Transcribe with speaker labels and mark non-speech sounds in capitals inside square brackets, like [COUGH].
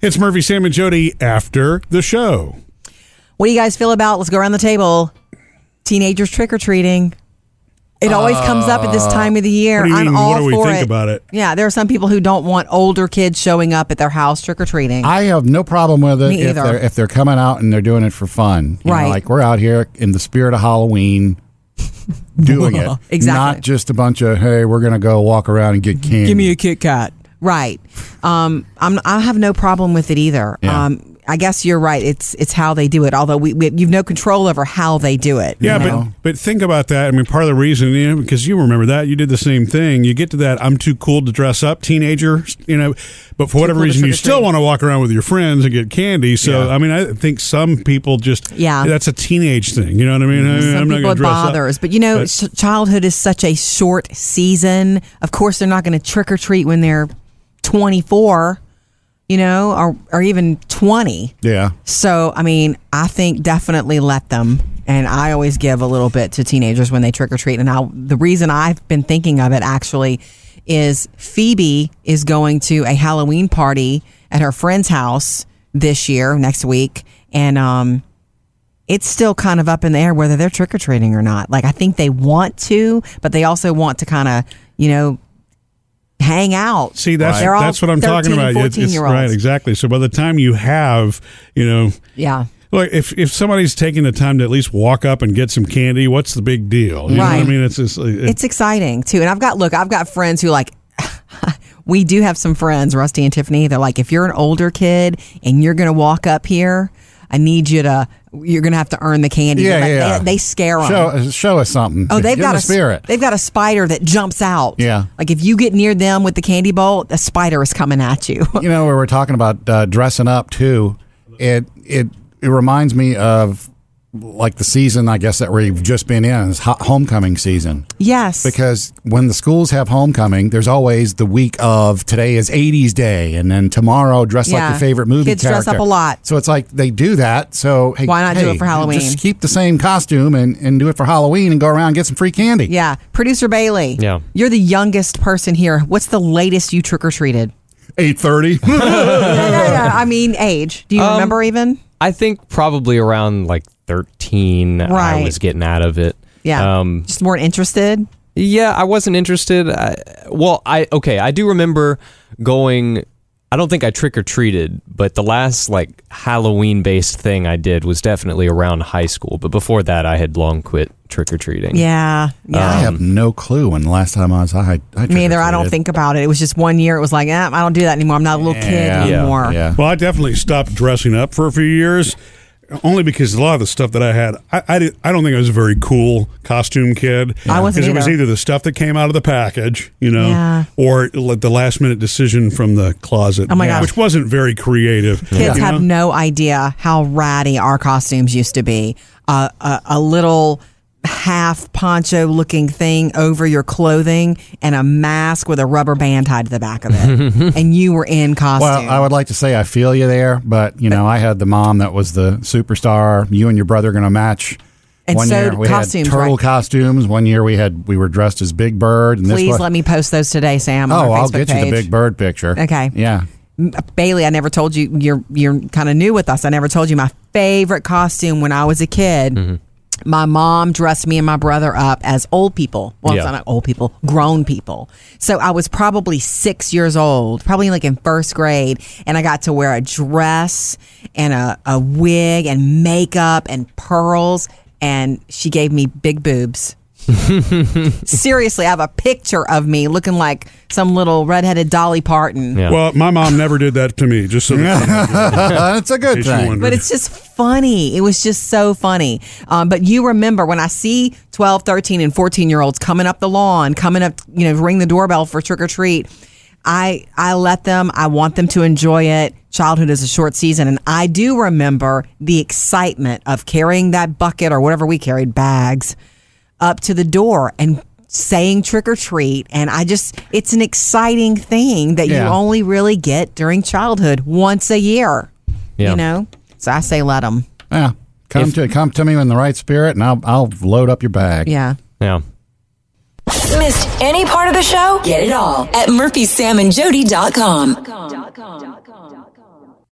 Speaker 1: It's Murphy, Sam, and Jody after the show.
Speaker 2: What do you guys feel about? Let's go around the table. Teenagers trick or treating. It always comes up at this time of the year.
Speaker 1: Uh, What do you
Speaker 2: I'm
Speaker 1: mean,
Speaker 2: all
Speaker 1: what do we
Speaker 2: for
Speaker 1: think
Speaker 2: it.
Speaker 1: about it?
Speaker 2: Yeah, there are some people who don't want older kids showing up at their house trick or treating.
Speaker 3: I have no problem with it
Speaker 2: Me
Speaker 3: if
Speaker 2: either.
Speaker 3: they're if they're coming out and they're doing it for fun. You know,
Speaker 2: Right.
Speaker 3: like we're out here in the spirit of
Speaker 2: [LAUGHS]
Speaker 3: Halloween doing it.
Speaker 2: Exactly.
Speaker 3: Not just a bunch of hey, we're gonna go walk around and get candy.
Speaker 2: Kit Kat. Right. Um, I'm, I have no problem with it either.
Speaker 3: Yeah.
Speaker 2: Um, I guess you're right. It's it's how they do it. Although we, we you've no control over how they do it.
Speaker 1: Yeah,
Speaker 2: you know?
Speaker 1: but but think about that. I mean, part of the reason, you know, because you remember that you did the same thing. You get to that, I'm too cool to dress up, teenager, you know. But for whatever
Speaker 2: cool to
Speaker 1: reason, you
Speaker 2: trick or
Speaker 1: still
Speaker 2: treat.
Speaker 1: want to walk around with your friends and get candy. So I mean, I think some people just
Speaker 2: Yeah. Mm-hmm.
Speaker 1: that's a teenage thing. You know what I mean? I mean,
Speaker 2: Some
Speaker 1: Mm, I'm not
Speaker 2: people
Speaker 1: gonna
Speaker 2: it
Speaker 1: dress up.
Speaker 2: bothers, but you know,
Speaker 1: But-
Speaker 2: s childhood is such a short season. Of course, they're not going to trick or treat when they're 24, you know, or or even 20.
Speaker 3: Yeah.
Speaker 2: So, I mean, I think definitely let them. And I always give a little bit to teenagers when they trick or treat. And I, the reason I've been thinking of it actually is Phoebe is going to a Halloween party at her friend's house this year, next week. And um, it's still kind of up in the air whether they're trick or treating or not. Like, I think they want to, but they also want to kind of, you know, hang out.
Speaker 1: See, that's
Speaker 2: They're all
Speaker 1: that's what I'm talking
Speaker 2: 13,
Speaker 1: about. It's-
Speaker 2: 14
Speaker 1: it's-
Speaker 2: year olds.
Speaker 1: right, exactly. So by the time you have, you know,
Speaker 2: Yeah.
Speaker 1: Look, if if somebody's taking the time to at least walk up and get some candy, what's the big deal? You know
Speaker 2: Right.
Speaker 1: what I mean? It's just, it-
Speaker 2: it's exciting too. And I've got look, I've got friends who like [LAUGHS] we do have some friends, Rusty and Tiffany. They're like, if you're an older kid and you're gonna walk up here, I need you to. You're gonna have to earn the candy.
Speaker 3: Yeah,
Speaker 2: They're like-
Speaker 3: yeah.
Speaker 2: They, they scare them.
Speaker 3: Show uh, show us something.
Speaker 2: Oh, they've
Speaker 3: Give 'em
Speaker 2: got
Speaker 3: a
Speaker 2: a
Speaker 3: spirit.
Speaker 2: They've got a spider that jumps out.
Speaker 3: Yeah.
Speaker 2: like if you get near them with the candy bowl, a spider is coming at you. [LAUGHS]
Speaker 3: you know where we're talking about uh, dressing up too it it it reminds me of like the season i guess that we've just been in is ho- homecoming season
Speaker 2: yes,
Speaker 3: because when the schools have homecoming there's always the week of today is 80s day and then tomorrow dress
Speaker 2: Yeah.
Speaker 3: like your favorite movie
Speaker 2: Kids dress
Speaker 3: character.
Speaker 2: up a lot.
Speaker 3: so it's like they do that so hey,
Speaker 2: Why not do
Speaker 3: hey,
Speaker 2: it for Halloween?
Speaker 3: just keep the same costume and, and do it for halloween and go around and get some free candy
Speaker 2: yeah. Producer Bailey,
Speaker 4: Yeah.
Speaker 2: you're the youngest person here. What's the latest you trick or treated?
Speaker 3: 8.30
Speaker 2: no, no, no. I mean, age. Do you remember even?
Speaker 4: I think probably around like 13,
Speaker 2: Right.
Speaker 4: I was getting out of it.
Speaker 2: Yeah,
Speaker 4: Um,
Speaker 2: just weren't interested.
Speaker 4: yeah, I wasn't interested. I, well, I, okay, I do remember going, I don't think I trick or treated, but the last like Halloween based thing I did was definitely around high school. But before that, I had long quit trick or treating.
Speaker 2: Yeah, yeah.
Speaker 3: i have no clue when the last time i was i, I
Speaker 2: Me either. I don't
Speaker 3: trick-or-treated.
Speaker 2: think about it. It was just one year. It was like, eh, I don't do that anymore. I'm not a little
Speaker 3: Yeah.
Speaker 2: kid
Speaker 4: Yeah.
Speaker 2: anymore.
Speaker 3: yeah
Speaker 1: Well, I definitely stopped dressing up for a few years, only because a lot of the stuff that I had, I I, did, I don't think I was a very cool costume kid.
Speaker 2: I wasn't
Speaker 1: 'Cause It was
Speaker 2: either.
Speaker 1: either the stuff that came out of the package, you know,
Speaker 2: Yeah.
Speaker 1: or like the last minute decision from the closet.
Speaker 2: Oh my gosh.
Speaker 1: which wasn't very creative.
Speaker 2: Kids
Speaker 1: you
Speaker 2: have
Speaker 1: know?
Speaker 2: no idea how ratty our costumes used to be. Uh, a, a little half poncho looking thing over your clothing and a mask with a rubber band tied to the back of
Speaker 3: [LAUGHS]
Speaker 2: it. and you were in costume.
Speaker 3: Well, I would like to say I feel you there, but you know, I had the mom that was the superstar. You and your brother going to match.
Speaker 2: And
Speaker 3: one
Speaker 2: so
Speaker 3: year we
Speaker 2: costumes,
Speaker 3: had turtle
Speaker 2: right?
Speaker 3: costumes. One year we had we were dressed as Big Bird. And this
Speaker 2: Please
Speaker 3: was,
Speaker 2: let me post those today, Sam. on
Speaker 3: Oh,
Speaker 2: our
Speaker 3: I'll
Speaker 2: Facebook
Speaker 3: get
Speaker 2: page.
Speaker 3: you the Big Bird picture.
Speaker 2: Okay.
Speaker 3: Yeah.
Speaker 2: Bailey, I never told you you're you're kind of new with us. I never told you my favorite costume when I was a kid. My mom dressed me and my brother up as old people. Well,
Speaker 4: Yeah.
Speaker 2: it's not old people, grown people. So I was probably six years old, probably like in first grade, and I got to wear a dress and a, a wig and makeup and pearls. And she gave me big boobs. Seriously, I have a picture of me looking like some little redheaded Dolly Parton.
Speaker 4: Yeah.
Speaker 1: Well, my mom never did that to me. Just so
Speaker 2: [LAUGHS]
Speaker 1: that you know,
Speaker 3: That's Uh, a
Speaker 1: in
Speaker 3: good
Speaker 1: case you
Speaker 3: thing.
Speaker 1: wondered.
Speaker 2: But it's just funny. It was just so funny. Um, but you remember when I see 12, 13, and 14 year olds coming up the lawn, coming up, you know, ring the doorbell for trick or treat. I, I let them, I want them to enjoy it. Childhood is a short season. And I do remember the excitement of carrying that bucket or whatever we carried, bags, up to the door and saying trick or treat. And I just, it's an exciting thing that you
Speaker 3: Yeah.
Speaker 2: only really get during childhood once a year
Speaker 4: Yeah.
Speaker 2: you know so i say let them
Speaker 3: Yeah. Come to come to me in the right spirit, and I'll I'll load up your bag.
Speaker 2: yeah
Speaker 4: Yeah.
Speaker 5: Missed any part of the show? Get it all at murphysamandjody.com.